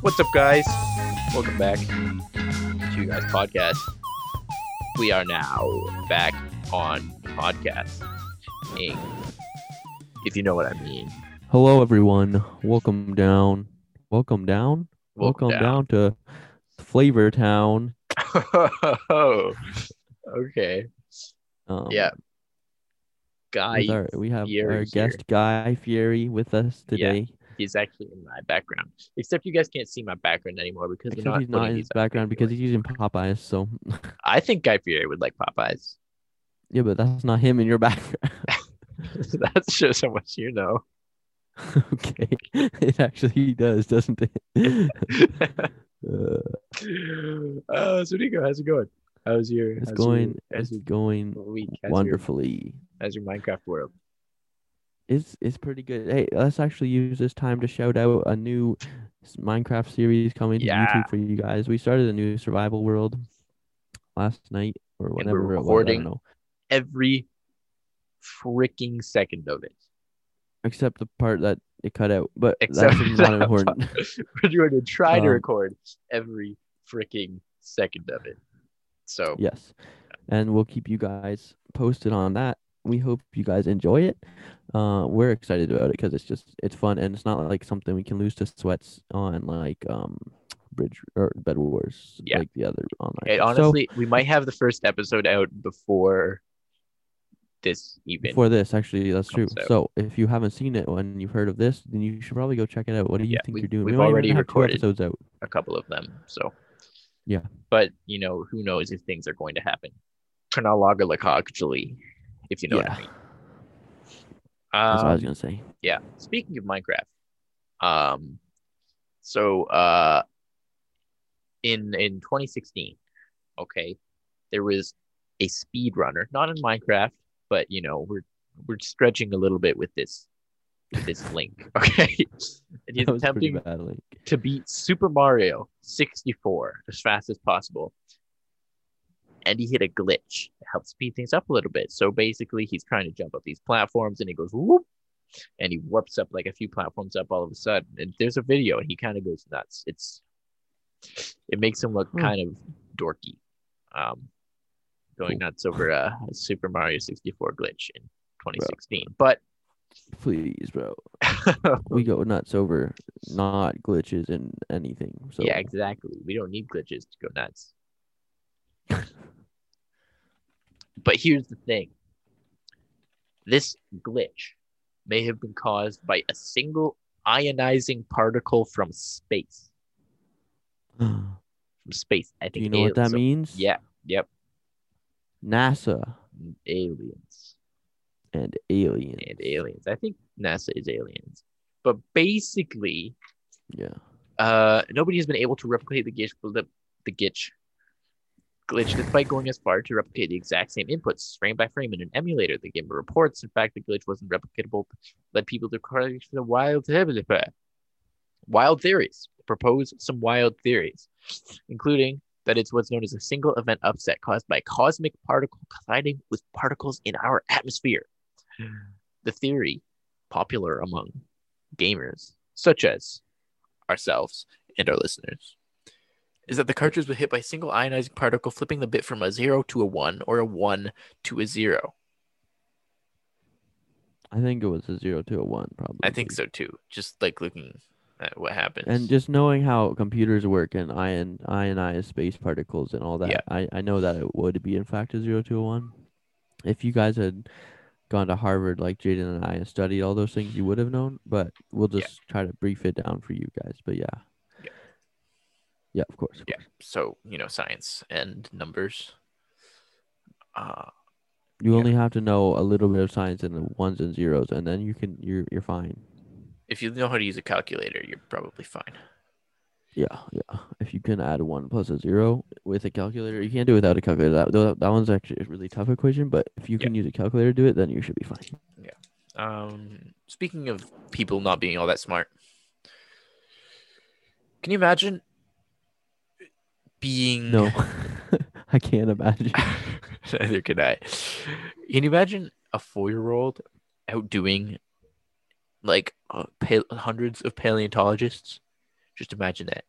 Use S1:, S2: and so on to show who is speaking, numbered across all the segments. S1: What's up, guys? Welcome back to you guys' podcast. We are now back on podcast. If you know what I mean.
S2: Hello, everyone. Welcome down. Welcome down. Welcome, down. to Flavor Town.
S1: down. okay.
S2: Um,
S1: Yeah. Guy,
S2: with our- we have
S1: Fieri here.
S2: our guest Guy Fieri with us today.
S1: he's actually in my background. Except you guys can't see my background anymore because we're
S2: Except
S1: not
S2: he's not
S1: putting
S2: in
S1: these
S2: his
S1: up
S2: background because
S1: regularly.
S2: he's using Popeyes. So
S1: I think Guy Fieri would like Popeyes.
S2: yeah, but that's not him in your background.
S1: that shows how much you know.
S2: okay, it actually does, doesn't it? Uh,
S1: Uh, so Nico, how's it going? How's your?
S2: it's
S1: how's
S2: going.
S1: Your, how's
S2: It's
S1: your
S2: going
S1: week? How's
S2: wonderfully.
S1: Your, how's your Minecraft world?
S2: It's it's pretty good. Hey, let's actually use this time to shout out a new s- Minecraft series coming to
S1: Yeah.
S2: YouTube for you guys. We started a new survival world last night or
S1: we're
S2: whenever it was. I
S1: recording.
S2: don't know.
S1: Every freaking second of it.
S2: Except the part that it cut out, but
S1: Except
S2: that's not
S1: that
S2: important.
S1: We're going to try to
S2: Um,
S1: record every freaking second of it. So
S2: yes, and we'll keep you guys posted on that. We hope you guys enjoy it. Uh, we're excited about it because it's just it's fun and it's not like something we can lose to sweats on like um bridge or bed wars
S1: Yeah.
S2: like the other online.
S1: it,
S2: stuff. So-
S1: honestly, we might have the first episode out before this even.
S2: before this actually that's true
S1: comes out.
S2: so if you haven't seen it and you've heard of this then you should probably go check it out what do you
S1: Yeah,
S2: think
S1: we-
S2: you're doing
S1: we've
S2: only really
S1: already
S2: have
S1: recorded.
S2: two episodes out
S1: a couple of them. So
S2: Yeah.
S1: but you know who knows if things are going to happen chronologically, if you know
S2: yeah
S1: what
S2: that's what
S1: I mean.
S2: i was
S1: Um,
S2: gonna say
S1: yeah. Speaking of Minecraft, um, so uh, in in 2016, okay, there was a speedrunner, not in Minecraft, but you know we're we're stretching a little bit with this with this link, okay. and he's
S2: that was pretty
S1: attempting
S2: bad like
S1: to beat Super Mario 64 as fast as possible. And he hit a glitch to help speed things up a little bit. So basically, he's trying to jump up these platforms and he goes whoop and he warps up like a few platforms up all of a sudden. And there's a video and he kind of goes nuts. It's it makes him look
S2: Hmm.
S1: kind of dorky. Um, going nuts over uh, a Super Mario 64 glitch in 2016. But
S2: please bro we go nuts over not glitches and anything so
S1: yeah, exactly. We don't need glitches to go nuts. but here's the thing this glitch may have been caused by a single ionizing particle from space.
S2: do
S1: From space, I think.
S2: you know what that
S1: aliens-
S2: means
S1: Yeah, yep.
S2: nasa
S1: Aliens
S2: and aliens
S1: and aliens. I think NASA is aliens. But basically,
S2: yeah
S1: uh, nobody has been able to replicate the glitch, the, the glitch, glitch despite going as far to replicate the exact same inputs frame by frame in an emulator. The game reports, in fact, the glitch wasn't replicatable, led people to cry for the wild wild theories. Propose some wild theories, including that it's what's known as a single event upset caused by a cosmic particle colliding with particles in our atmosphere. The theory, popular among gamers such as ourselves and our listeners is that the cartridge was hit by a single ionizing particle flipping the bit from a 0 to a 1 or a 1 to a 0
S2: i think it was a zero to a one probably
S1: i think so too just like looking at what happens
S2: and just knowing how computers work and ion ionized space particles and all that,
S1: Yeah.
S2: I, I know that it would be in fact a zero to a one. If you guys had gone to Harvard like Jaden and I and studied all those things, you would have known. But we'll
S1: Yeah.
S2: just try to brief it down for you guys. But yeah,
S1: Yeah.
S2: yeah, of course. of
S1: Yeah.
S2: course.
S1: so you know science and numbers uh
S2: You
S1: Yeah.
S2: only have to know a little bit of science in the ones and zeros, and then you can you're you're fine.
S1: if you know how to use a calculator you're probably fine
S2: Yeah, yeah. If you can add one plus a zero with a calculator, you can't do it without a calculator. That though that one's actually a really tough equation, but if you
S1: Yeah.
S2: can use a calculator to do it, then you should be fine.
S1: um speaking of people not being all that smart can you imagine being
S2: No, I can't imagine.
S1: Neither can I. Can you imagine a four-year-old outdoing like uh, pa- hundreds of paleontologists? Just imagine that.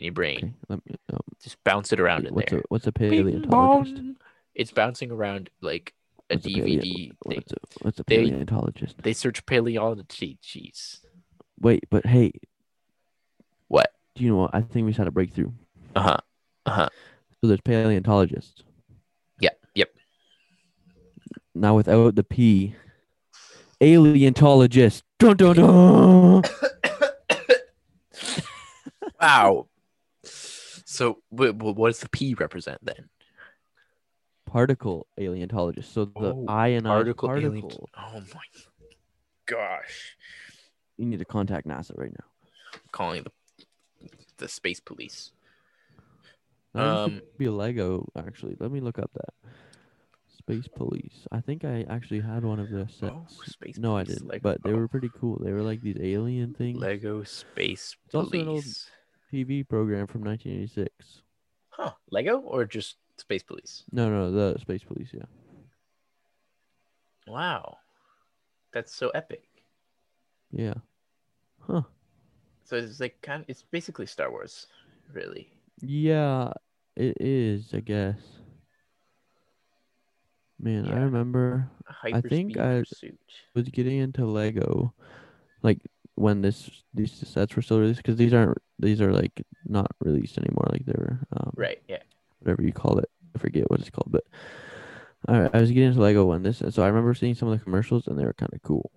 S1: in your brain.
S2: Okay, let me, um,
S1: Just bounce it around in
S2: what's
S1: there.
S2: a what's a
S1: Bing
S2: paleontologist?
S1: bong. It's bouncing around like a
S2: What's a paleo-
S1: DVD thing.
S2: What's a, what's a
S1: They-
S2: paleontologist?
S1: They search paleontology. Jeez.
S2: Wait, but hey,
S1: What?
S2: do you know what? I think we just had a breakthrough.
S1: Uh
S2: Uh-huh.
S1: huh.
S2: So there's paleontologists.
S1: Yep. Yep.
S2: Now without the P, alientologist. Dun dun dun.
S1: Wow. So, wh- wh- what does the P represent then?
S2: Particle alientologist. So the
S1: Oh,
S2: ionized
S1: Particle,
S2: particle.
S1: alien. Oh my gosh!
S2: You need to contact NASA right now.
S1: Calling the the space police.
S2: That
S1: Um,
S2: um, be a Lego actually. Let me look up that. Space Police. I think I actually had one of their sets.
S1: Oh, space.
S2: no, I
S1: police,
S2: didn't.
S1: Lego-
S2: But they
S1: oh,
S2: were pretty cool. They were like these alien things.
S1: Lego space
S2: It's also an old-
S1: police.
S2: TV program from 1986.
S1: Huh? Lego or just space police?
S2: No, no, the Space Police. Yeah.
S1: Wow, that's so epic.
S2: Yeah. Huh.
S1: So it's like kind. Of, it's basically Star Wars, really.
S2: Yeah, it is, I guess. Man,
S1: Yeah.
S2: I remember
S1: Hyper
S2: think I-
S1: pursuit.
S2: was getting into Lego like when this these sets were still released cuz these aren't these are like not released anymore like they were um,
S1: Right. Yeah.
S2: whatever you call it. I forget what it's called, but I, I was getting into Lego when this so I remember seeing some of the commercials and they were kind of cool.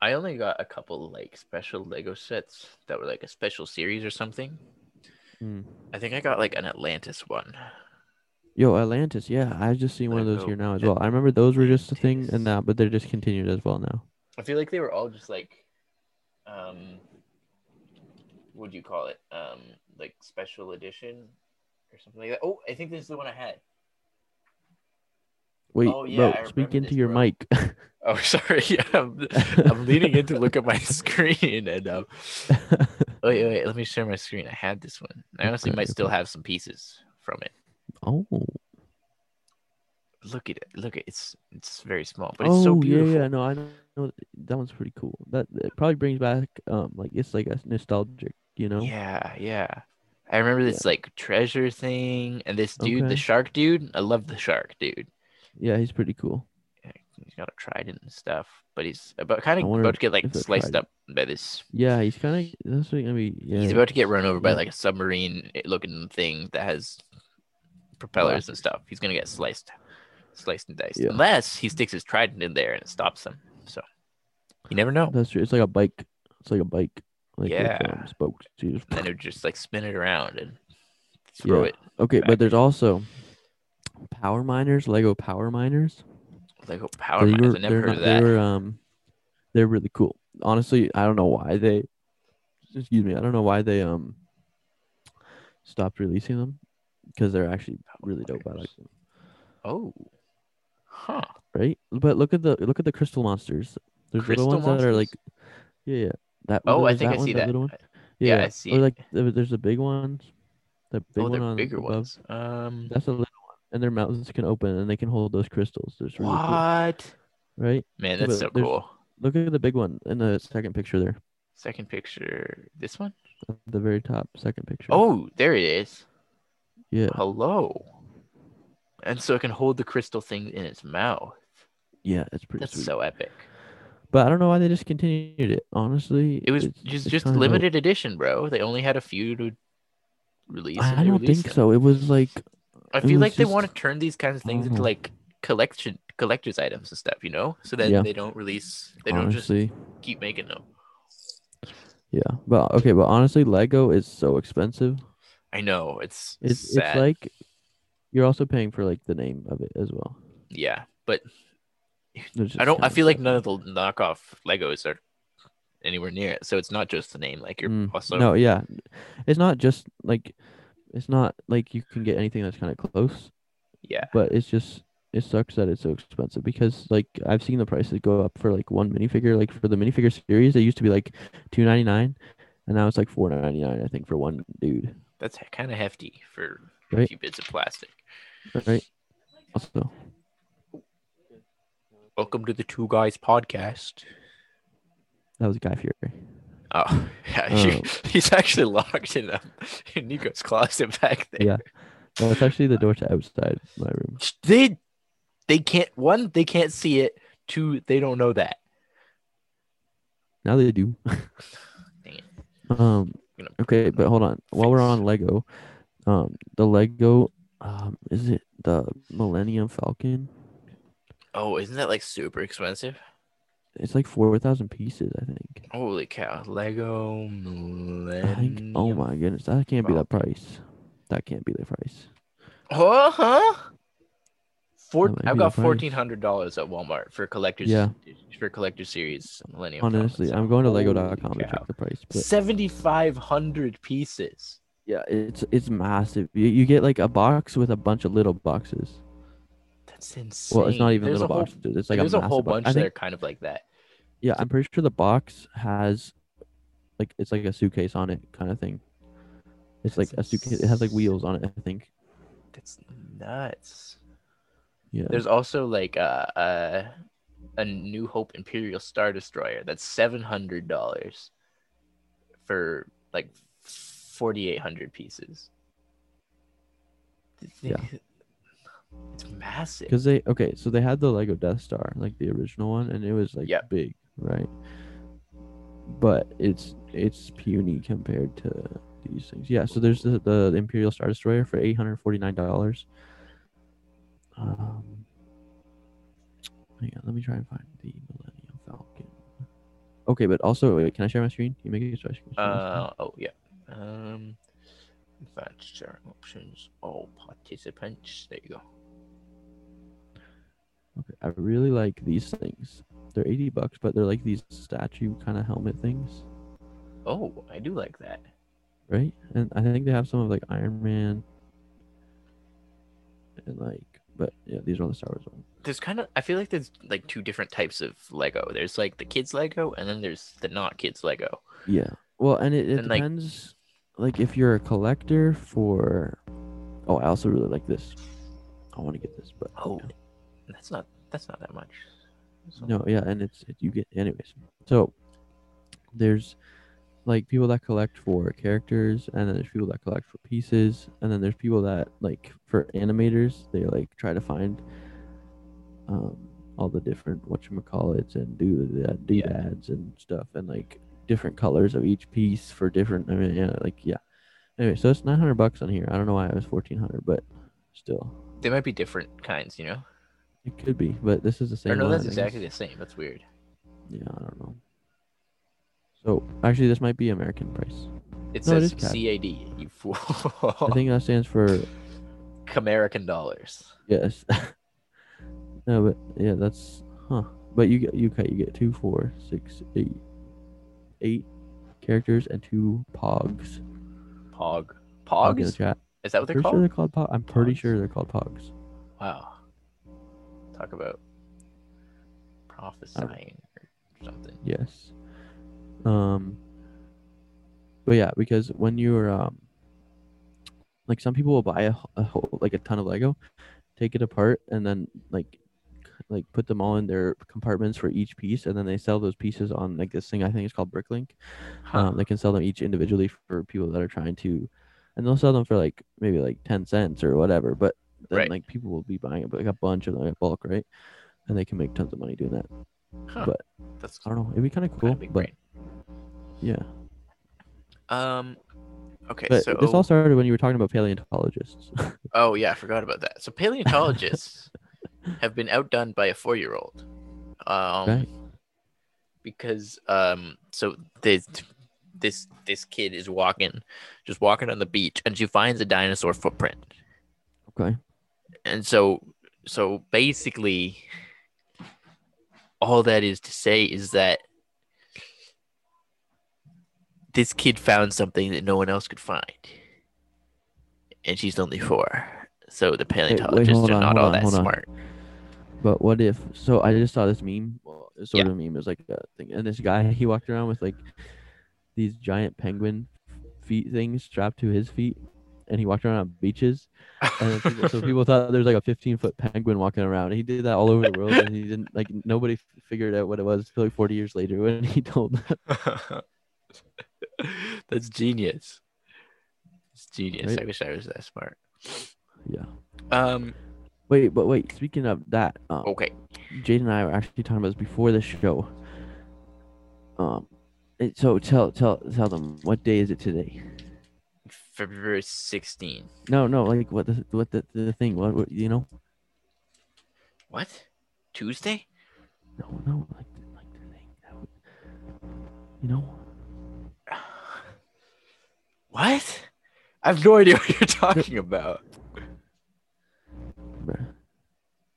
S1: I only got a couple like special Lego sets that were like a special series or something. I think I got like an Atlantis one.
S2: Yo, Atlantis. Yeah, I just seen one of those
S1: Lego
S2: here now as well. I remember those were just a thing
S1: Atlantis.
S2: and that, but they're discontinued as well now.
S1: I feel like they were all just like, um, what do you call it? Um, like special edition or something like that. Oh, I think this is the one I had.
S2: Wait,
S1: Oh, yeah,
S2: bro,
S1: I remember
S2: speak into
S1: this,
S2: your
S1: bro.
S2: mic.
S1: Oh, sorry. Yeah, I'm, I'm leaning in to look at my screen and um. Wait, wait, wait, let me share my screen. I had this one. I honestly
S2: Okay,
S1: might still
S2: okay.
S1: have some pieces from it.
S2: oh,
S1: Look at it. Look at it's it's very small, but it's
S2: oh,
S1: so beautiful.
S2: yeah, yeah. No, I know know that one's pretty cool. That it probably brings back, um, like it's like a nostalgic, you know.
S1: Yeah, yeah. I remember
S2: Yeah.
S1: this like treasure thing and this dude, the
S2: Okay.
S1: shark dude. I love the shark dude.
S2: Yeah, he's pretty cool.
S1: He's got a trident and stuff, but he's about kind of
S2: wonder
S1: about to get like
S2: if that
S1: sliced
S2: trident-
S1: up by this.
S2: Yeah, he's kind of that's what gonna be. Yeah,
S1: He's about to get run over by
S2: Yeah.
S1: like a submarine eh, looking thing that has propellers and stuff. He's gonna get sliced, sliced and diced,
S2: Yeah.
S1: unless he sticks his trident in there and it stops him. So you never know.
S2: that's true. It's like a bike. It's like a bike. Like yeah.
S1: Yeah.
S2: um, spokes. You just-
S1: And then he'll just like spin it around and throw
S2: Yeah.
S1: it
S2: Okay,
S1: back.
S2: but there's also power miners, Lego power miners.
S1: like a power.
S2: They
S1: mines.
S2: were-
S1: I never
S2: they're
S1: heard
S2: not-
S1: of
S2: They
S1: that.
S2: were, um, they're really cool. Honestly, I don't know why they. Excuse me. I don't know why they um. Stopped releasing them, because they're actually really dope. I like them,
S1: Oh, huh.
S2: right? But look at the look at the crystal monsters. There's
S1: Crystal
S2: little ones that are
S1: monsters?
S2: like, yeah, yeah. That
S1: Oh, I
S2: there's
S1: think I
S2: one,
S1: see that.
S2: little one.
S1: yeah, I
S2: Yeah,
S1: see
S2: Or
S1: it.
S2: like there- there's the big ones, the big
S1: oh,
S2: one
S1: they're
S2: on
S1: bigger
S2: above.
S1: ones. Um,
S2: That's a little one, and their mouths can open and they can hold those crystals. There's really cool,
S1: what?
S2: right?
S1: Man,
S2: Yeah,
S1: that's
S2: but
S1: so
S2: there's-
S1: cool.
S2: Look at the big one in the second picture there,
S1: Second picture. This one?
S2: at the very top second picture.
S1: Oh, there it is.
S2: yeah,
S1: Hello. And so it can hold the crystal thing in its mouth.
S2: yeah, it's pretty
S1: That's
S2: sweet.
S1: so epic.
S2: But I don't know why they discontinued it. Honestly,
S1: It was
S2: it's-
S1: just
S2: it's
S1: just
S2: kinda dope.
S1: limited edition, bro. They only had a few to release. and
S2: I
S1: they
S2: don't
S1: released them.
S2: think so. It was like
S1: I
S2: It
S1: feel
S2: was
S1: like they
S2: just-
S1: want to turn these kinds of things into
S2: Oh.
S1: like collection collectors items and stuff, you know? So that
S2: Yeah.
S1: they don't release they don't
S2: honestly,
S1: just keep making them.
S2: yeah. But okay, but honestly, Lego is so expensive.
S1: I know. It's
S2: It's
S1: sad.
S2: it's like you're also paying for like the name of it as well.
S1: yeah, but
S2: It's just
S1: I don't. I
S2: kinda
S1: feel like
S2: sad.
S1: none of the knockoff Legos are anywhere near it. So it's not just the name. Like you're
S2: Mm,
S1: also
S2: no, yeah, it's not just like it's not like you can get anything that's kind of close,
S1: yeah.
S2: but it's just it sucks that it's so expensive because like I've seen the prices go up for like one minifigure. Like for the minifigure series, they used to be like two ninety nine, and now it's like four ninety nine. I think for one dude,
S1: That's kind of hefty for a
S2: Right.
S1: few bits of plastic.
S2: right? Also,
S1: Welcome to the Two Guys podcast.
S2: that was Guy Fury.
S1: Oh, yeah. you- he's actually locked in, um, in Nico's closet back there.
S2: Yeah. That's actually the door to outside my room.
S1: They, they can't, one, they can't see it. Two, they don't know that.
S2: Now they do.
S1: Dang it.
S2: Um.
S1: Gonna-
S2: Okay, but hold on. While we're on Lego, um, the Lego, um, is it the Millennium Falcon?
S1: Oh, isn't that like super expensive?
S2: It's like four thousand pieces, I think.
S1: Holy cow. Lego.
S2: I think. Oh
S1: Millennium-
S2: my goodness, that can't be the price. That can't be the price.
S1: Oh, huh? Four,
S2: That might
S1: I've
S2: be
S1: got
S2: the price.
S1: fourteen hundred dollars at Walmart for collectors.
S2: Yeah.
S1: For collector series Millennium. Falcon,
S2: Honestly,
S1: so
S2: I'm going to
S1: holy
S2: Lego.com to
S1: cow.
S2: check the price. But
S1: Seventy five hundred pieces.
S2: yeah, it's it's massive. You, you get like a box with a bunch of little boxes.
S1: That's insane.
S2: Well, it's not even
S1: There's
S2: little
S1: a whole,
S2: boxes. It's like
S1: there's
S2: a,
S1: a, whole
S2: massive box.
S1: bunch
S2: I
S1: that
S2: think
S1: are kind of like that.
S2: Yeah, I'm pretty sure the box has like it's like a suitcase on it kind of thing. It's like
S1: That's
S2: a suitcase. It has like
S1: ins-
S2: wheels on it, I think.
S1: That's nuts.
S2: Yeah.
S1: There's also like a, a a New Hope Imperial Star Destroyer that's seven hundred dollars for like forty eight hundred pieces.
S2: Yeah.
S1: It's massive.
S2: Because they okay, so they had the Lego Death Star, like the original one, and it was like
S1: Yep.
S2: big, right? But it's it's puny compared to these things. Yeah, so there's the, the Imperial Star Destroyer for eight hundred forty nine dollars. Um, hang on, let me try and find the Millennium Falcon. Okay, but also, wait, can I share my screen? Can you make it so I can share my screen?
S1: Uh oh yeah. Um advanced sharing options. All participants. There you go.
S2: Okay, I really like these things. They're eighty bucks, but they're like these statue kind of helmet things,
S1: Oh, I do like that.
S2: right? And I think they have some of like Iron Man, and like, but yeah, these are on the Star Wars one.
S1: There's kind of I feel like there's like two different types of Lego. There's like the kids Lego and then there's the not kids Lego.
S2: Yeah. Well, and it, it
S1: And, like-
S2: depends. Like, if you're a collector for, oh, I also really like this. I want to get this, but
S1: Oh, that's not that's not that much. That's not-
S2: No, yeah, and it's it, you get anyways. So there's like people that collect for characters, and then there's people that collect for pieces, and then there's people that like for animators. They like try to find um, all the different what call it and do that do
S1: Yeah.
S2: ads and stuff, and like different colors of each piece for different. I mean, yeah, like yeah. Anyway, so it's nine hundred bucks on here. I don't know why it was fourteen hundred, but still,
S1: They might be different kinds, you know.
S2: it could be. But this is the same.
S1: or no,
S2: one,
S1: that's
S2: I think it's-
S1: exactly the same. That's weird.
S2: Yeah, I don't know. So actually, this might be American price.
S1: It
S2: No, it
S1: says
S2: is cap.
S1: CAD. You fool.
S2: I think that stands for
S1: American dollars.
S2: yes. no, but yeah, that's huh. But you get you cut you get two, four, six, eight, eight characters and two pogs.
S1: Pog.
S2: Pog in the
S1: Pogs?
S2: chat.
S1: Is that what they're
S2: Pretty sure
S1: called?
S2: they're called pog. I'm pretty
S1: Pogs.
S2: sure they're called pogs.
S1: Wow. Talk about prophesying or something.
S2: Yes. Um. But yeah, because when you're um, like some people will buy a, wh- a whole like a ton of Lego, take it apart, and then like like put them all in their compartments for each piece, and then they sell those pieces on like this thing I think it's called Bricklink.
S1: Huh.
S2: Um, they can sell them each individually for people that are trying to, and they'll sell them for like maybe like ten cents or whatever. But then
S1: Right.
S2: like people will be buying it, like a bunch of them in bulk, right? And they can make tons of money doing that.
S1: Huh.
S2: but-
S1: that's
S2: I don't know. It'd be kind of cool,
S1: kinda big
S2: but
S1: brain.
S2: yeah.
S1: Um okay,
S2: But
S1: so
S2: this all started when you were talking about paleontologists.
S1: Oh yeah, I forgot about that. So paleontologists have been outdone by a four-year-old. Um,
S2: Right.
S1: Because um, so this this this kid is walking, just walking on the beach, and she finds a dinosaur footprint.
S2: okay.
S1: And so so basically, all that is to say is that this kid found something that no one else could find, and she's only four. So the paleontologists
S2: hold
S1: are
S2: on,
S1: not
S2: hold
S1: all
S2: on,
S1: that
S2: hold on.
S1: smart.
S2: But what if? So I just saw this meme. Well, it's sort
S1: Yeah.
S2: of a meme. It was like a thing, and this guy he walked around with like these giant penguin feet things strapped to his feet, and he walked around on beaches. And then people, so people thought there was like a 15 foot penguin walking around. He did that all over the world, and he didn't like nobody f- figured out what it was until like 40 years later when he told them.
S1: That's genius. It's genius.
S2: Right?
S1: I wish I was that smart.
S2: Yeah.
S1: Um.
S2: Wait, but wait. Speaking of that, um,
S1: Okay.
S2: Jade and I were actually talking about this before the show. Um, it, so tell tell tell them what day is it today?
S1: February 16.
S2: No, no, like what the what the, the thing? What, what you know?
S1: What? Tuesday?
S2: No, no, like the, like the thing. that would- You know?
S1: What? I have no idea what you're talking about.
S2: bruh.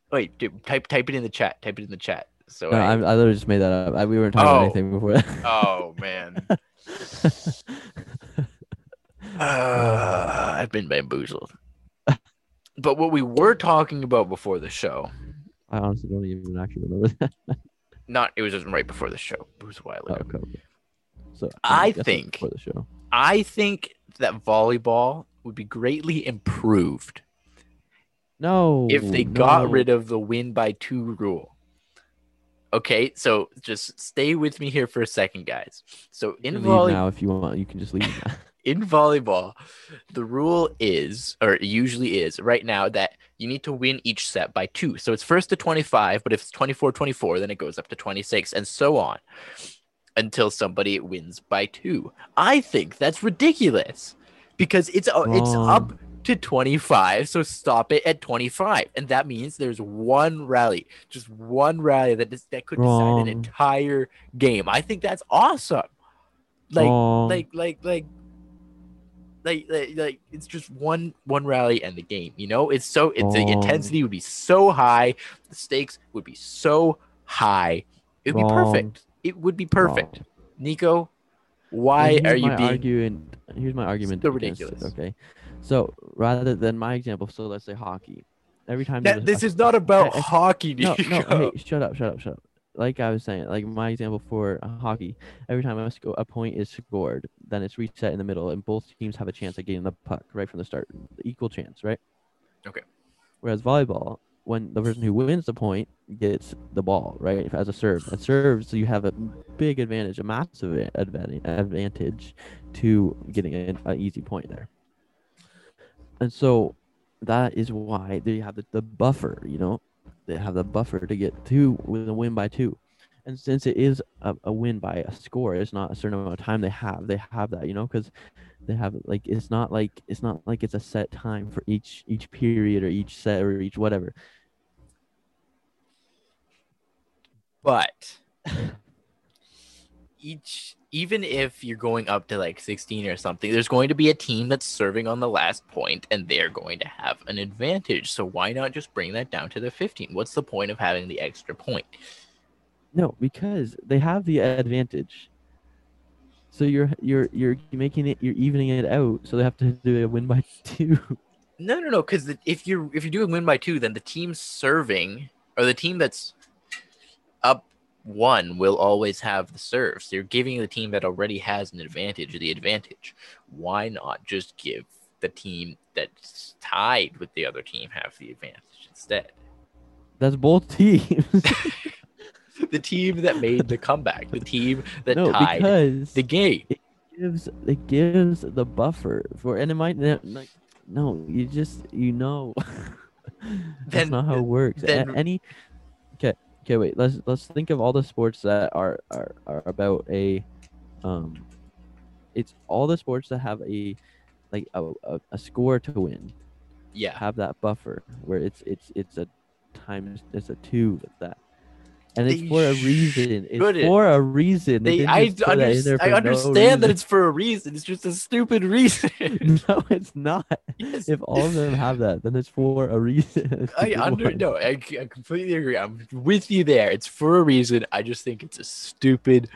S1: Wait, dude, type type it in the chat. Type it in the chat. So
S2: No,
S1: I-
S2: I, I literally just made that up. I, we weren't talking
S1: Oh.
S2: about anything before. that.
S1: Oh man. Uh, I've been bamboozled. But what we were talking about before the show,
S2: I honestly don't even actually remember that.
S1: not it was just right before the show. It was a while
S2: Oh,
S1: ago.
S2: okay, okay. So
S1: I
S2: guess it's
S1: think-
S2: before the show.
S1: I think that volleyball would be greatly improved
S2: No.
S1: if they got rid of the win by two rule. Okay, so just stay with me here for a second, guys. So in
S2: leave
S1: volleyball,
S2: now if you want. You can just leave. now.
S1: in volleyball, the rule is, or it usually is right now, that you need to win each set by two. So it's first to 25, but if it's 24 24, then it goes up to 26 and so on until somebody wins by two. I think that's ridiculous because it's, uh, it's
S2: Wrong.
S1: up to 25. So stop it at 25. And that means there's one rally, just one rally that, is, that could
S2: Wrong.
S1: decide an entire game. I think that's awesome. Like,
S2: Wrong.
S1: like like like like, like, like it's just one one rally and the game you know it's so it, the
S2: Wrong.
S1: intensity would be so high the stakes would be so high it would be
S2: Wrong.
S1: perfect it would be perfect
S2: Wrong.
S1: nico
S2: And
S1: why
S2: here's
S1: are you
S2: my
S1: being
S2: argument- here's my argument.
S1: still
S2: against it,
S1: ridiculous.
S2: okay, so rather than my example, so let's say hockey. Every time
S1: that,
S2: there's
S1: this
S2: a-
S1: is not about
S2: I- I-
S1: hockey
S2: no,
S1: nico
S2: no, hey, shut up, shut up, shut up. Like I was saying, like my example for uh, hockey, every time a, sco- a point is scored, then it's reset in the middle, and both teams have a chance at getting the puck right from the start, equal chance, right?
S1: Okay.
S2: Whereas volleyball, when the person who wins the point gets the ball, right, as a serve, and serves, you have a big advantage, a massive a- advan- advantage to getting an, an easy point there. And so that is why they have the, the buffer, you know, they have the buffer to get two with a win by two. And since it is a, a win by a score, it's not a certain amount of time they have. They have that, you know, because they have like it's not like it's not like it's a set time for each each period or each set or each whatever.
S1: but each even if you're going up to like 16 or something there's going to be a team that's serving on the last point and they're going to have an advantage so why not just bring that down to the 15 what's the point of having the extra point
S2: No, because they have the advantage. So you're you're you're making it you're evening it out. So they have to do a win by two.
S1: no no no because if you're if you're doing win by two then the team serving or the team that's up one will always have the serve so you're giving the team that already has an advantage the advantage why not just give the team that's tied with the other team have the advantage instead
S2: That's both teams.
S1: the team that made the comeback the team that
S2: no,
S1: tied
S2: because
S1: the game
S2: gives it gives the buffer for and it might not like no you just you know that's
S1: Then-
S2: not how it works A-
S1: then-
S2: any okay okay wait let's let's think of all the sports that are are, are about a um it's all the sports that have a like a, a, a score to win
S1: yeah
S2: have that buffer where it's it's it's a times it's a two with that and it's
S1: They
S2: for a reason. It's
S1: shouldn't.
S2: for a reason.
S1: they,
S2: didn't
S1: I,
S2: just put that in
S1: under,
S2: there
S1: I
S2: for no
S1: understand that
S2: reason.
S1: it's for a reason it's just a stupid reason
S2: no, it's not.
S1: Yes.
S2: If all of them have that, then it's for a reason. It's
S1: I
S2: the
S1: under
S2: one.
S1: no, I, c- I completely agree. I'm with you there. It's for a reason. I just think it's a stupid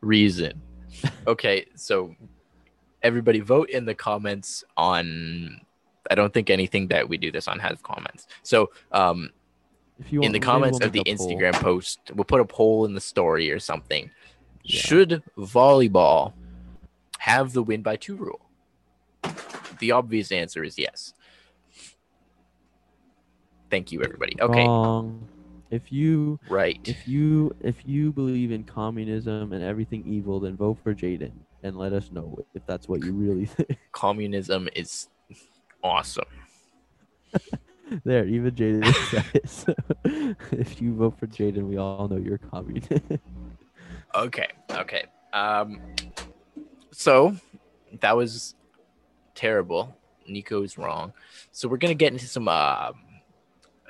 S1: reason. Okay, so everybody vote in the comments on. I don't think anything that we do this on has comments. So um,
S2: If you
S1: in
S2: want,
S1: the
S2: maybe
S1: comments
S2: we'll
S1: of the
S2: make a poll.
S1: Instagram post, we'll put a poll in the story or something.
S2: Yeah.
S1: Should volleyball have the win by two rule? The obvious answer is yes. Thank you, everybody. Okay.
S2: Wrong. If you
S1: Right.
S2: if you if you believe in communism and everything evil, then vote for Jaden. and let us know if that's what you really think.
S1: Communism is awesome.
S2: there, even Jaden said it. So if you vote for Jaden, we all know you're a communist.
S1: Okay. Okay. Um. So that was terrible. Nico is wrong. So we're gonna get into some um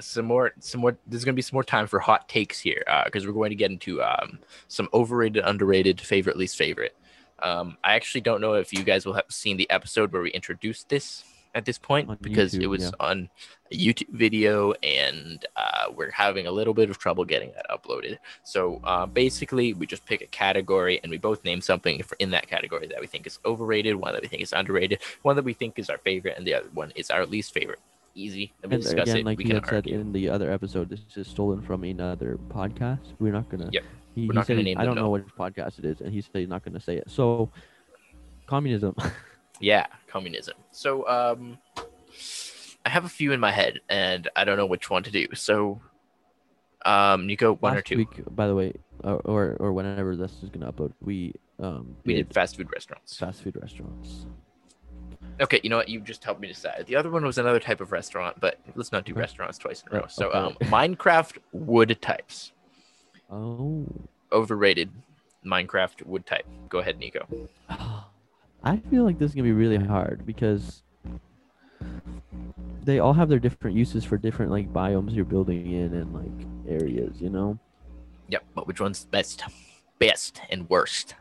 S1: some more some more. There's gonna be some more time for hot takes here because we're going to get into um some overrated, underrated, favorite, least favorite. Um, I actually don't know if you guys will have seen the episode where we introduced this at this point
S2: On
S1: because it
S2: YouTube,
S1: was
S2: yeah.
S1: on a YouTube video and uh, we're having a little bit of trouble getting that uploaded. So uh, basically, we just pick a category and we both name something if- in that category that we think is overrated, one that we think is underrated, one that we think is our favorite, and the other one is our least favorite. Easy. Then we
S2: and
S1: discuss
S2: again,
S1: it.
S2: like
S1: we
S2: you
S1: can
S2: had said
S1: argue.
S2: in the other episode, this is stolen from another podcast. We're not gonna.
S1: Yep.
S2: He,
S1: We're
S2: he
S1: not
S2: said
S1: gonna
S2: he-
S1: name
S2: I
S1: them, no.
S2: don't know which podcast it is, and he said he's not gonna say it. So, communism.
S1: Yeah, communism. So um, I have a few in my head and I don't know which one to do. So um, Nico, one or
S2: Last
S1: two.
S2: Week, by the way, or or, or whenever this is gonna upload, we um
S1: we did fast food restaurants.
S2: fast food restaurants.
S1: Okay, you know what? You just helped me decide. The other one was another type of restaurant, but let's not do
S2: Okay.
S1: restaurants twice in a
S2: Oh,
S1: row. So,
S2: okay.
S1: um, Minecraft wood types,
S2: Oh,
S1: overrated. Minecraft wood type. Go ahead, Nico.
S2: I feel like this is gonna be really hard because they all have their different uses for different like biomes you're building in and like areas. You know,
S1: Yep, but which one's best? Best and worst.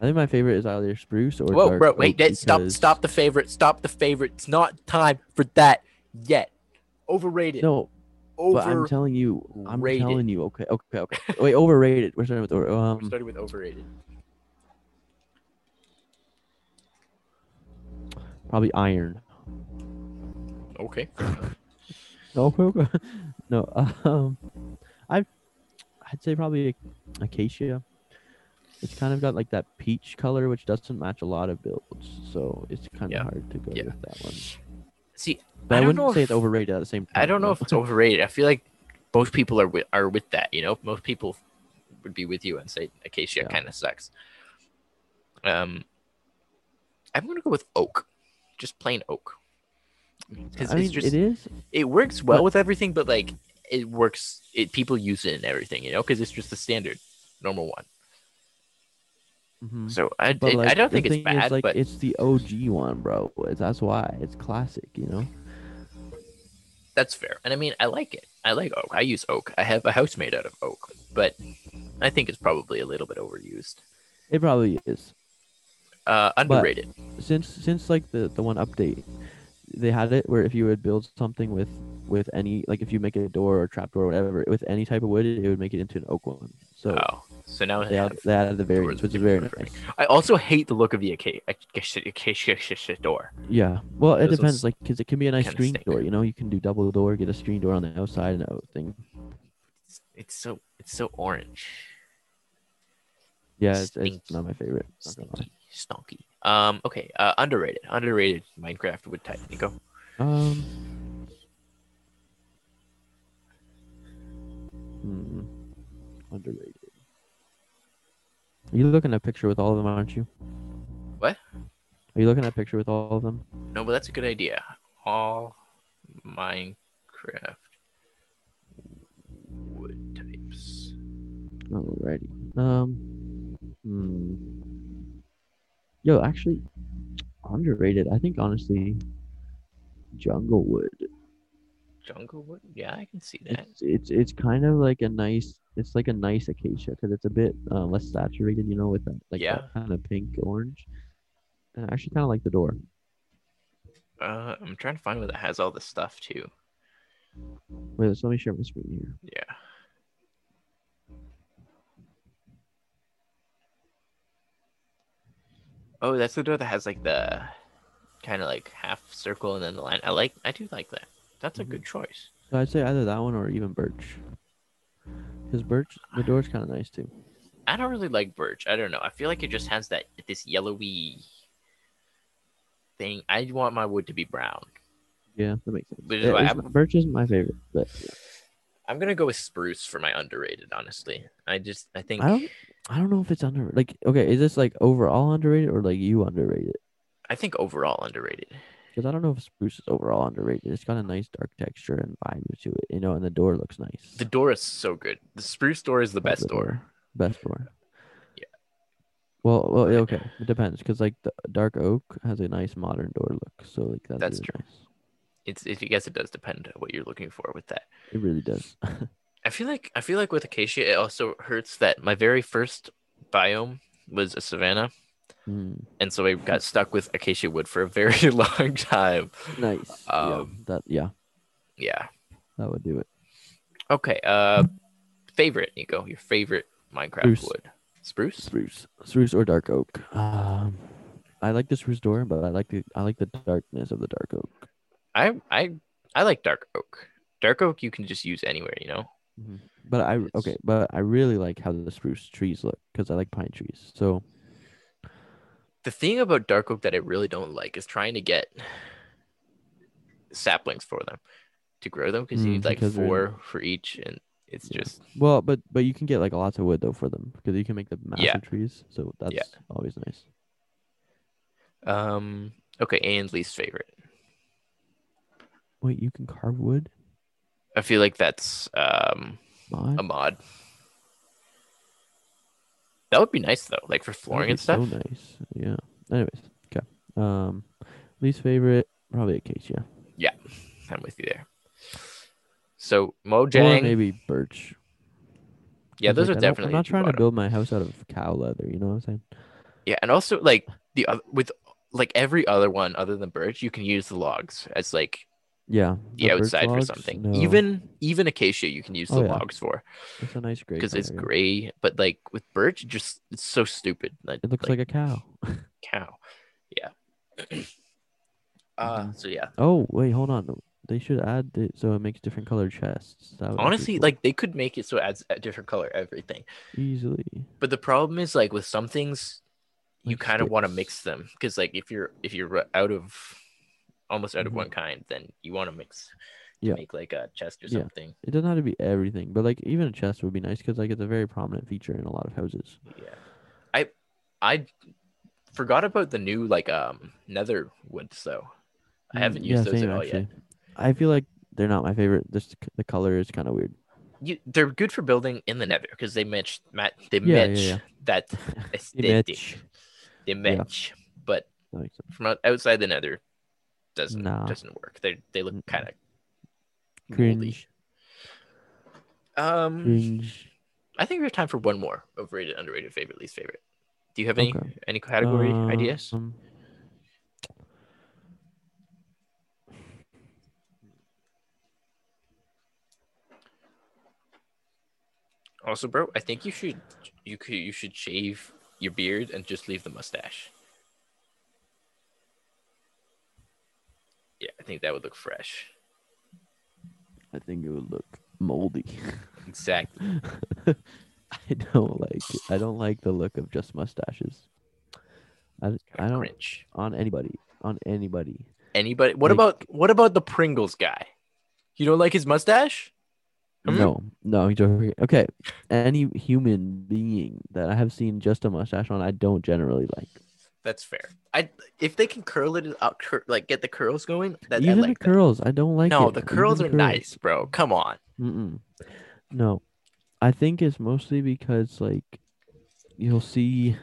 S2: I think my favorite is either spruce or
S1: Whoa,
S2: dark
S1: bro, wait,
S2: oak
S1: that- stop,
S2: because-
S1: stop the favorite, stop the favorite. It's not time for that yet. Overrated.
S2: No, but I'm
S1: Over.
S2: telling you, I'm
S1: rated.
S2: telling you. Okay, okay, okay. Wait, overrated. We're starting with over.
S1: we
S2: Um,
S1: started with overrated.
S2: probably iron.
S1: Okay.
S2: No, okay. no. Um, I, I'd say probably ac- acacia. It's kind of got like that peach color, which doesn't match a lot of builds, so it's kind
S1: Yeah.
S2: of hard to go
S1: Yeah.
S2: with that one.
S1: See,
S2: But
S1: I
S2: I,
S1: don't know
S2: wouldn't say
S1: if-
S2: it's overrated at the same time.
S1: I don't know
S2: though.
S1: if it's overrated. I feel like most people are with, are with that. You know, most people would be with you and say acacia
S2: Yeah.
S1: kind of sucks. Um, I'm gonna go with oak, just plain oak, because
S2: I mean,
S1: it's just
S2: it
S1: it,
S2: is.
S1: works well
S2: but-
S1: with everything, but like it works. It people use it in everything, you know, because it's just the standard normal one.
S2: mhm.
S1: So I
S2: But
S1: it-
S2: like,
S1: I don't
S2: the
S1: think it's
S2: thing is,
S1: bad,
S2: like,
S1: but
S2: it's the OG one, bro. It's, that's why it's classic, you know.
S1: that's fair. And I mean, I like it. I like oak. I use oak. I have a house made out of oak, but I think it's probably a little bit overused.
S2: It probably is.
S1: Uh, underrated.
S2: since since like the the one update they had it where if you would build something with with any like if you make it a door or trap door or whatever with any type of wood it would make it into an oak one so
S1: Oh, so now
S2: they, added, they added the variants
S1: doors
S2: which
S1: would
S2: is
S1: be
S2: very
S1: different.
S2: nice
S1: I also hate the look of the aca- acacia, acacia, acacia door.
S2: yeah well it
S1: Those
S2: depends
S1: ones
S2: like because it can be a nice
S1: kinda
S2: screen
S1: stink.
S2: door you know you can do double door get a screen door on the outside and out thing
S1: It's, it's so it's so orange,
S2: yeah it's, it's
S1: Stinky.
S2: not my favorite not gonna lie.
S1: stinky, stonky. Um, okay, uh, underrated, underrated Minecraft wood type. Nico,
S2: um hmm, underrated are you looking at a picture with all of them aren't you
S1: What?
S2: Are you looking at a picture with all of them?
S1: no, but that's a good idea. All Minecraft wood types.
S2: Alrighty. Um. Hmm. Yo, actually, underrated. I think honestly, jungle wood.
S1: Jungle wood? Yeah, I can see that.
S2: It's it's it's kind of like a nice. It's like a nice acacia because it's a bit uh, less saturated, you know, with that like
S1: Yeah.
S2: that kind of pink orange. And I actually kind of like the door.
S1: Uh, I'm trying to find one that has all this stuff too.
S2: Wait, so let me share my screen here.
S1: Yeah. Oh, that's the door that has like the kind of like half circle and then the line. I like, I do like that. That's a
S2: Mhm.
S1: good choice.
S2: So I'd say either that one or even birch. Because birch, the door's kind of nice too.
S1: I don't really like birch. I don't know. I feel like it just has that this yellowy thing. I want my wood to be brown.
S2: Yeah, that makes sense.
S1: Which is
S2: Yeah,
S1: why
S2: it's-
S1: I'm-
S2: birch isn't my favorite, but
S1: I'm gonna go with spruce for my underrated. Honestly, I just I think
S2: I don't I don't know if it's under like okay, is this like overall underrated or like you underrated?
S1: I think overall underrated.
S2: Because I don't know if spruce is overall underrated. It's got a nice dark texture and vibe to it, you know, and the door looks nice.
S1: The door is so good. The spruce door is the
S2: Love
S1: best door.
S2: Best door.
S1: Yeah.
S2: Well, well, yeah,
S1: Right.
S2: okay. It depends because like the dark oak has a nice modern door look, so like that's,
S1: That's
S2: really
S1: true.
S2: nice.
S1: It's it, I guess it does depend on what you're looking for with that.
S2: It really does.
S1: I feel like I feel like with acacia, it also hurts that my very first biome was a savanna,
S2: Mm,
S1: and so I got stuck with acacia wood for a very long time.
S2: nice.
S1: Um,
S2: yeah, that yeah,
S1: Yeah.
S2: that would do it.
S1: Okay. Uh, favorite Nico, your favorite Minecraft
S2: Spruce.
S1: wood? Spruce.
S2: Spruce, spruce or dark oak. Um, I like the spruce door, but I like the I like the darkness of the dark oak.
S1: I I I like dark oak. Dark oak you can just use anywhere, you know.
S2: But I
S1: It's-
S2: okay, but I really like how the spruce trees look because I like pine trees. So
S1: The thing about dark oak that I really don't like is trying to get saplings for them to grow them because you
S2: Mm,
S1: need like
S2: because they're-
S1: four for each, and it's
S2: Yeah.
S1: just
S2: well, but but you can get like lots of wood though for them because you can make the massive
S1: Yeah.
S2: trees. So that's always nice.
S1: um okay. And least favorite.
S2: Wait, you can carve wood?
S1: I feel like that's um
S2: Mod?
S1: a mod. That would be nice though, like for flooring and
S2: That'd
S1: stuff.
S2: be So nice. Yeah. Anyways, okay. Um, least favorite probably acacia
S1: I'm with you there. So Mojang,
S2: or maybe birch.
S1: yeah,
S2: 'Cause,
S1: those
S2: like,
S1: are
S2: I don't-
S1: definitely.
S2: I'm not
S1: at the
S2: trying to
S1: bottom.
S2: build my house out of cow leather. You know what I'm saying?
S1: Yeah, and also like the other with like every other one other than birch, you can use the logs as like
S2: Yeah.
S1: the
S2: birch
S1: outside
S2: logs?
S1: for something.
S2: No,
S1: Even even acacia, you can use the
S2: Oh, yeah.
S1: logs for
S2: it's a nice gray
S1: because it's
S2: color, yeah.
S1: gray. But like with birch, it just it's so stupid. Like,
S2: It looks like, a cow.
S1: cow. Yeah. uh.
S2: Mhm.
S1: So yeah.
S2: Oh wait, hold on. They should add it so it makes different colored chests. That would be
S1: Honestly,
S2: cool.
S1: like they could make it so it adds a different color everything.
S2: easily.
S1: But the problem is like with some things, you
S2: Like
S1: kind of want to
S2: sticks.
S1: mix them because like if you're if you're ru- out of almost out of
S2: Mhm.
S1: one kind then you want to mix to
S2: Yeah.
S1: make like a chest or
S2: Yeah.
S1: something
S2: It doesn't have to be everything, but like even a chest would be nice because like it's a very prominent feature in a lot of houses.
S1: yeah, i i forgot about the new like um nether woods though i
S2: Mm,
S1: haven't
S2: yeah,
S1: used those
S2: same,
S1: at all yet
S2: actually. I feel like they're not my favorite. This c- the color is kind of weird.
S1: you, they're good for building in the nether because they match mat, they
S2: Yeah, yeah,
S1: match
S2: yeah.
S1: that aesthetic
S2: Image.
S1: they match but
S2: That makes sense.
S1: from out- outside the nether doesn't
S2: Nah.
S1: doesn't work they they look
S2: Mm-mm.
S1: kind of
S2: Cringe,
S1: um
S2: cringe.
S1: I think we have time for one more overrated, underrated, favorite, least favorite. Do you have any
S2: Okay.
S1: any category ideas?
S2: Um,
S1: Also, bro, I think you should you could you should shave your beard and just leave the mustache. Yeah, I think that would look fresh.
S2: I think it would look moldy.
S1: Exactly.
S2: I don't like. It. I don't like the look of just mustaches. I, I don't
S1: Cringe.
S2: on anybody on anybody.
S1: Anybody? What
S2: Like-
S1: about what about the Pringles guy? You don't like his mustache? Hmm?
S2: No, no, he's over here. Okay, any human being that I have seen just a mustache on, I don't generally like.
S1: That's fair. I if they can curl it up, cur- like get the curls going. That, I
S2: Even
S1: like
S2: the
S1: that.
S2: curls, I don't like.
S1: no,
S2: it.
S1: the
S2: Even
S1: curls are nice, bro. Come on.
S2: Mm-mm. No, I think it's mostly because like you'll see,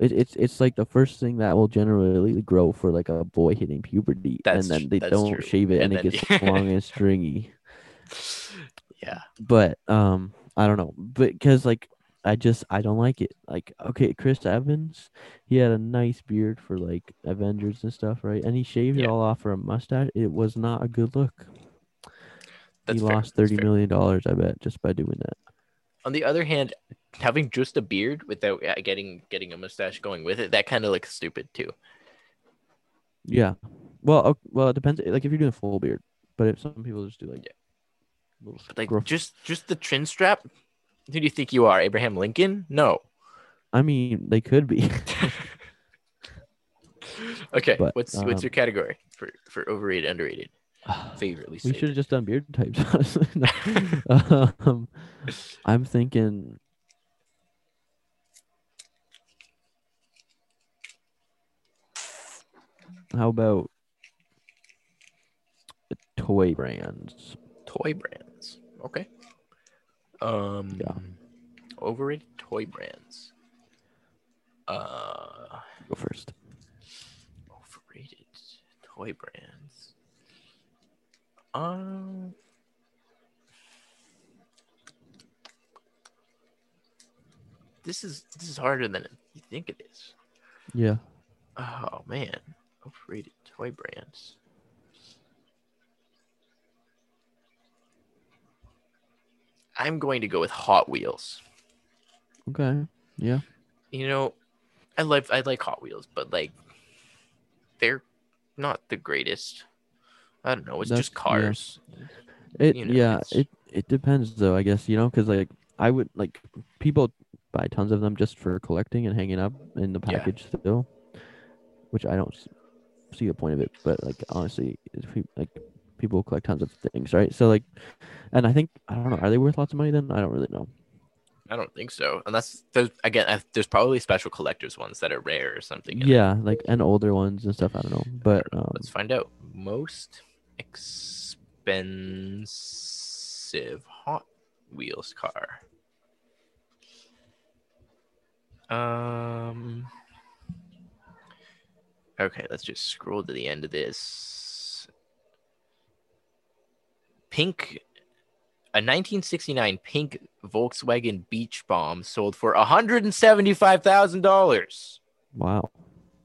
S2: it, it's it's like the first thing that will generally grow for like a boy hitting puberty,
S1: That's
S2: and
S1: tr-
S2: then they
S1: that's
S2: don't
S1: true.
S2: shave it,
S1: And
S2: and, it
S1: then-
S2: gets long and stringy.
S1: Yeah.
S2: But um, I don't know, but because like I just I don't like it. Like okay, Chris Evans, he had a nice beard for like Avengers and stuff, right? And he shaved
S1: Yeah.
S2: it all off for a mustache. It was not a good look.
S1: That's
S2: he
S1: fair.
S2: lost
S1: That's
S2: thirty
S1: fair.
S2: million dollars, I bet, just by doing that.
S1: On the other hand, having just a beard without uh, getting getting a mustache going with it, that kind of looks stupid too.
S2: Yeah. Well, ok- well, it depends. Like if you're doing full beard, but if some people just do like,
S1: Yeah.
S2: little
S1: But like
S2: scruff-
S1: just just the chin strap. Who do you think you are, Abraham Lincoln? No.
S2: I mean, they could be.
S1: Okay.
S2: But, um,
S1: what's what's your category for for overrated, underrated,
S2: we
S1: favorite, least
S2: should have
S1: favorite?
S2: just done beard types. Honestly, No. um, I'm thinking. How about toy brands?
S1: Toy brands. Okay. Um
S2: Yeah.
S1: overrated toy brands. Uh
S2: Go first.
S1: overrated toy brands. Um This is this is harder than you think it is.
S2: Yeah.
S1: Oh man, overrated toy brands. I'm going to go with Hot Wheels.
S2: Okay. Yeah.
S1: You know, I love I like Hot Wheels, but like they're not the greatest. I don't know. It's
S2: That's-
S1: just
S2: yeah.
S1: cars.
S2: It
S1: You know,
S2: yeah,
S1: it's-
S2: it it depends though, I guess, you know, cuz like I would like people buy tons of them just for collecting and hanging up in the
S1: Yeah.
S2: package still, which I don't s- see the point of it, but like honestly, if we, like people collect tons of things, right? So like and I think I don't know, are they worth lots of money then? I don't really know.
S1: I don't think so. Unless there's again, I, there's probably special collectors ones that are rare or something. and
S2: Yeah, like and older ones and stuff, I don't know. But um,
S1: Let's find out. Most expensive Hot Wheels car. Um. Okay, let's just scroll to the end of this. Pink, a 1969 pink Volkswagen Beach Bomb sold for 175 thousand dollars.
S2: wow.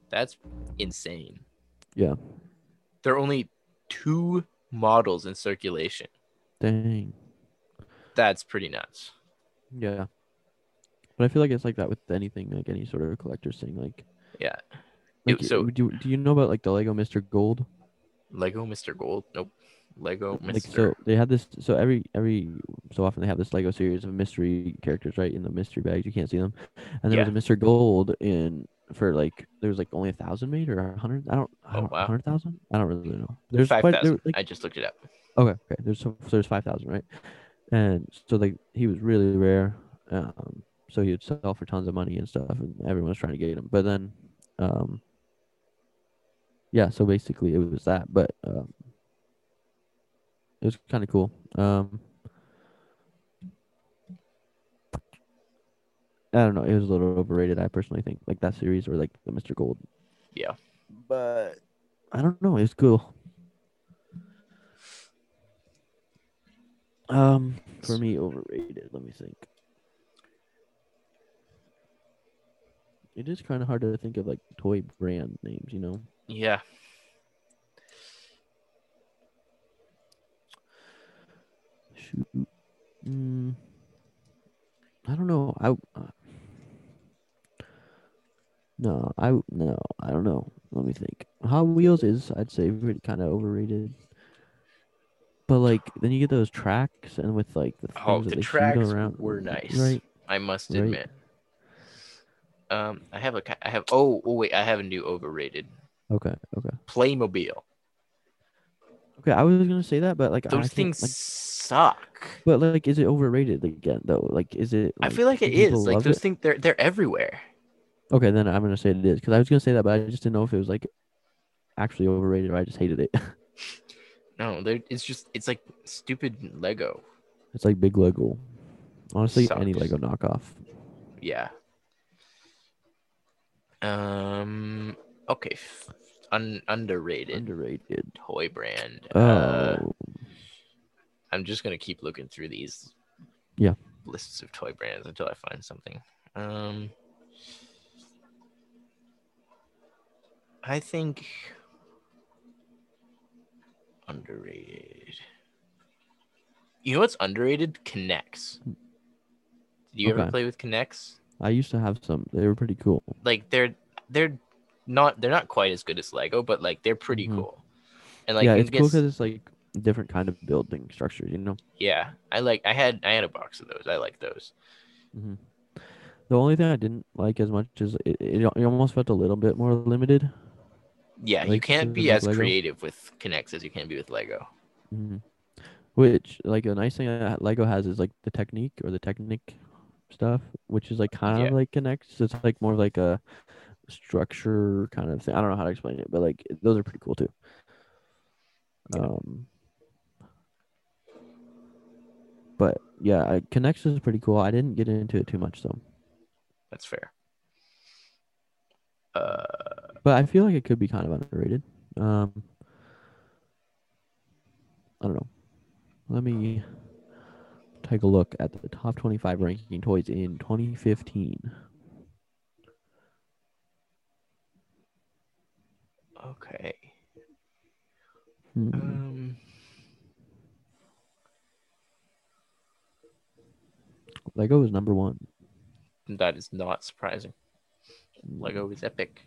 S1: That's insane.
S2: Yeah.
S1: There are only two models in circulation.
S2: Dang.
S1: That's pretty nuts.
S2: Yeah. But I feel like it's like that with anything, like any sort of collector's thing. Like,
S1: Yeah. It-
S2: like y-
S1: so-
S2: do, do you know about like the Lego Mr. Gold?
S1: Lego Mr. Gold. Nope. Lego Mr.
S2: Like, so they had this. So every every so often they have this Lego series of mystery characters, right? In the mystery bags, you can't see them. And there was a Mr. Gold in for like there was like only a thousand made or a hundred. I don't. I
S1: Oh,
S2: don't
S1: wow.
S2: Hundred thousand? I don't really know. There's
S1: five
S2: quite there,
S1: thousand.
S2: like,
S1: I just looked it up.
S2: Okay, okay. There's so there's five thousand, right? And so like he was really rare. Um, so he would sell for tons of money and stuff, and everyone was trying to get him. But then, um, yeah. So basically, it was that, but um, it was kind of cool. Um, I don't know. It was a little overrated. I personally think like that series or like the Mr. Gold.
S1: Yeah.
S2: But I don't know. It was cool. Um, for me, overrated. Let me think. It is kind of hard to think of like toy brand names, you know.
S1: Yeah.
S2: Shoot. Mm, I don't know. I uh, no, I w- no, I don't know. Let me think. Hot Wheels is, I'd say, pretty kind of overrated. But like, then you get those tracks, and with like the
S1: Oh,
S2: things that
S1: the
S2: they shoot
S1: tracks
S2: around,
S1: were nice.
S2: right?
S1: I must
S2: Right.
S1: admit. Um, I have a. ki- I have. Oh, oh, wait. I have a new overrated
S2: Okay, okay,
S1: Playmobil.
S2: okay. I was gonna say that, but like, I
S1: Those
S2: can't-
S1: things
S2: like-
S1: suck.
S2: but like, is it overrated again though? Like, is it?
S1: I feel like
S2: do
S1: it is.
S2: people
S1: Like
S2: love
S1: those
S2: it?
S1: things. They're they're everywhere.
S2: Okay, then I'm gonna say it is because I was gonna say that, but I just didn't know if it was like actually overrated or I just hated it.
S1: No, they're, it's just it's like stupid Lego.
S2: It's like big Lego. Honestly, any
S1: Sucks.
S2: Lego knockoff.
S1: Yeah. Um. Okay. f- Un- underrated
S2: Underrated.
S1: toy brand.
S2: Oh,
S1: Uh, I'm just gonna keep looking through these.
S2: Yeah.
S1: Lists of toy brands until I find something. Um. I think underrated. You know what's underrated? Connects. Did you ever
S2: Okay.
S1: play with Connects?
S2: I used to have some. They were pretty cool.
S1: like they're they're not they're not quite as good as Lego, but like they're pretty
S2: Mhm.
S1: cool. And like
S2: yeah,
S1: you
S2: it's
S1: can
S2: cool
S1: get-
S2: because it's like different kind of building structure. You know.
S1: yeah, I like I had I had a box of those. I like those.
S2: hmm The only thing I didn't like as much is it, it, it almost felt a little bit more limited.
S1: Yeah, you
S2: Like,
S1: can't
S2: uh,
S1: be
S2: like
S1: as
S2: Lego?
S1: creative with Connects as you can be with Lego.
S2: hmm Which, like, a nice thing that Lego has is like the technique or the technic stuff, which is like kind
S1: Yeah.
S2: of like connects. It's like more of like a structure kind of thing. I don't know how to explain it, but like those are pretty cool too.
S1: Yeah.
S2: Um, but yeah, I, Connections is pretty cool. I didn't get into it too much though,
S1: That's fair. Uh,
S2: but I feel like it could be kind of underrated. Um, I don't know. Let me take a look at the top 25 ranking toys in 2015.
S1: okay.
S2: Hmm.
S1: Um,
S2: Lego was number one.
S1: that is not surprising. Lego is epic.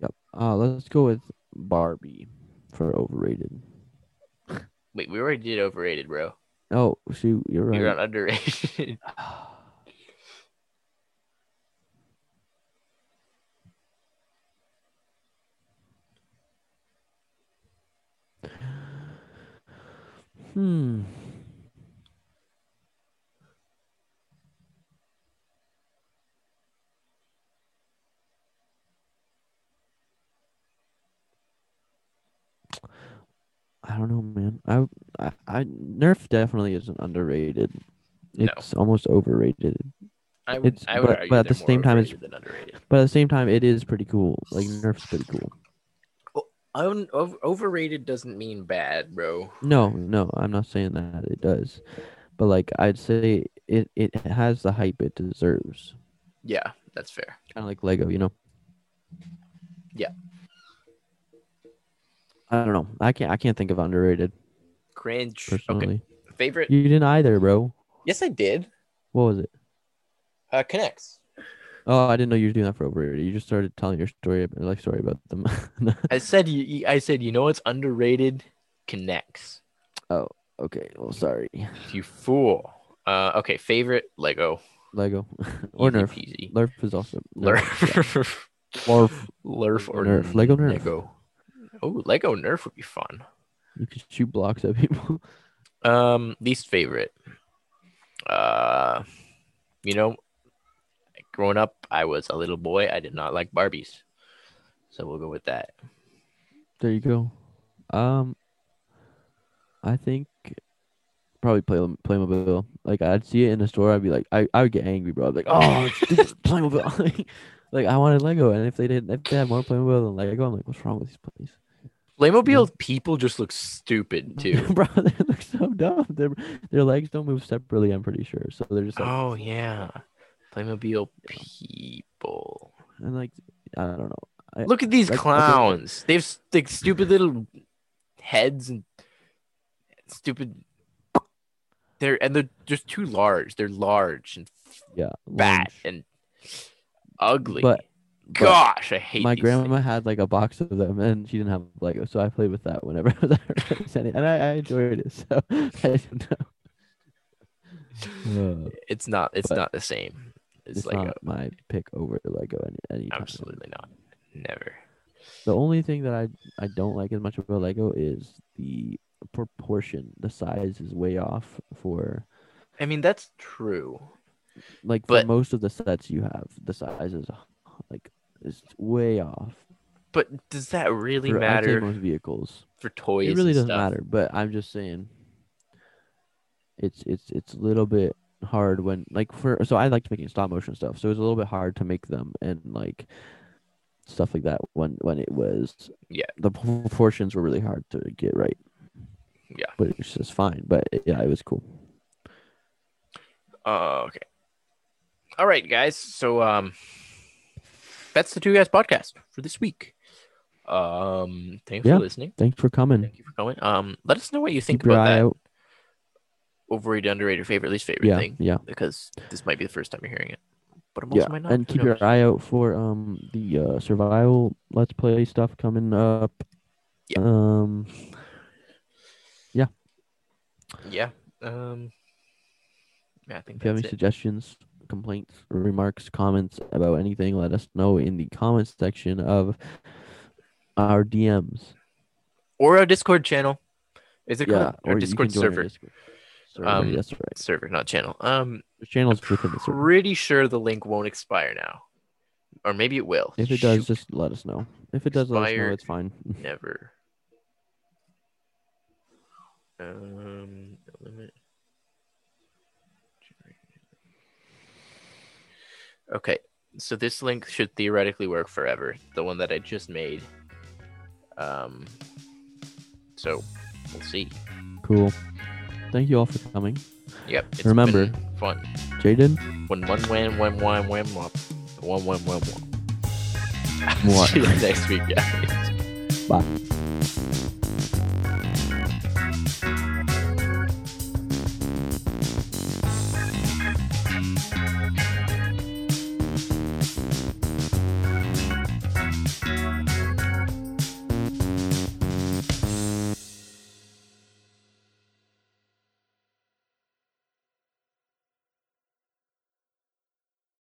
S2: Yep. Uh, let's go with Barbie for overrated.
S1: Wait, we already did overrated, bro.
S2: Oh, shoot, you're
S1: You're
S2: right.
S1: on underrated.
S2: hmm. I don't know, man. I, I, I Nerf definitely isn't underrated.
S1: No.
S2: It's almost overrated.
S1: I would,
S2: It's-
S1: I would
S2: but-
S1: argue
S2: but at
S1: they're
S2: the
S1: more
S2: same time, it's-
S1: overrated than underrated.
S2: But at the same time, it is pretty cool. Like Nerf's pretty cool.
S1: Un- ov- overrated doesn't mean bad, bro.
S2: No, no, I'm not saying that it does, but like I'd say it it has the hype it deserves.
S1: Yeah, that's fair.
S2: Kind of like Lego, you know.
S1: Yeah.
S2: I don't know. I can't. I can't think of underrated
S1: Cringe. Okay.
S2: personally.
S1: Favorite?
S2: You didn't either, bro.
S1: Yes, I did.
S2: What was it?
S1: Uh, connects.
S2: Oh, I didn't know you were doing that for overrated. You just started telling your story, your life story about them.
S1: I said, you- you- I said, you know what's underrated? Connects.
S2: okay. Well, sorry.
S1: You fool. Uh, okay, favorite Lego
S2: Lego or
S1: Easy
S2: Nerf.
S1: peasy.
S2: Nerf is also
S1: Lurf.
S2: Nerf.
S1: Lurf or
S2: Nerf. Lego Nerf.
S1: Lego. Oh, Lego Nerf would be fun.
S2: You could shoot blocks at people.
S1: Um, least favorite. Uh, you know, growing up, I was a little boy. I did not like Barbies, so we'll go with that.
S2: There you go. Um, I think probably play Playmobil. Like I'd see it in the store, I'd be like, I, I would get angry, bro. I'd be like, oh, it's stupid Playmobil. like, like I wanted Lego, and if they didn't, if they had more Playmobil than Lego, I'm like, what's wrong with these place?
S1: Playmobil people just look stupid too.
S2: bro, they look so dumb. Their their legs don't move separately. I'm pretty sure. So they're just like,
S1: oh yeah, Playmobil people.
S2: and like I don't know. I-
S1: Look at these
S2: Like- like-
S1: clowns. They have s- like stupid little heads and stupid. They're and they're just too large. They're large and
S2: Yeah,
S1: fat
S2: lunch.
S1: and ugly.
S2: But- but
S1: Gosh, I hate
S2: my
S1: these
S2: grandma had like a box of them and she didn't have Lego, so I played with that whenever I was at her place, and I, I enjoyed it. So I don't know.
S1: things. It's not. It's
S2: but
S1: not the same. It's,
S2: it's
S1: like
S2: not my pick over Lego any, any time.
S1: absolutely not. Never.
S2: The only thing that I I don't like as much about Lego is the proportion. The size is way off for
S1: I mean, that's true.
S2: like
S1: But-
S2: for most of the sets you have. The size is like is way off.
S1: But does that really
S2: for, I'd say,
S1: matter
S2: most vehicles.
S1: for toys?
S2: it really
S1: and
S2: doesn't
S1: stuff?
S2: matter but i'm just saying it's it's it's a little bit hard when like for so i liked making stop motion stuff so it was a little bit hard to make them and like stuff like that when when it was
S1: Yeah.
S2: the proportions were really hard to get right
S1: Yeah.
S2: but it's just fine but yeah it was cool
S1: Uh, okay. All right, guys. So um, that's the two guys podcast for this week. Um, thanks
S2: Yeah.
S1: for listening.
S2: thanks for coming
S1: Thank you for going. Um, let us know what you think
S2: keep your
S1: about
S2: eye
S1: that
S2: out
S1: overrated, underrated, favorite, least favorite
S2: yeah
S1: thing
S2: yeah
S1: because this might be the first time you're hearing it. But I'm also
S2: yeah
S1: might not.
S2: and
S1: Who
S2: keep your
S1: knows?
S2: eye out for um the uh survival let's play stuff coming up
S1: Yeah.
S2: um
S1: Yeah. Um. Yeah, I think
S2: If you have
S1: that's
S2: any
S1: it.
S2: suggestions, complaints, remarks, comments about anything, let us know in the comments section of our DMs.
S1: Or our Discord channel. Is it
S2: yeah,
S1: called our
S2: you
S1: Discord
S2: can join our
S1: server?
S2: Discord server,
S1: Um,
S2: that's right.
S1: Server, not channel. Um,
S2: There's channels within the server.
S1: pretty sure the link won't expire now. or maybe it will.
S2: If it does, just let us know. If it does, let us know.
S1: Expired.
S2: It's fine.
S1: Shoot, never. Um, limit. Okay, so this link should theoretically work forever. The one that I just made. Um, so we'll see.
S2: Cool. Thank you all for coming.
S1: Yep. It's
S2: Remember-
S1: been fun.
S2: Jaden,
S1: When one win, one win, win, one, one win, one, one.
S2: Mwah.
S1: See you next week, guys.
S2: bye.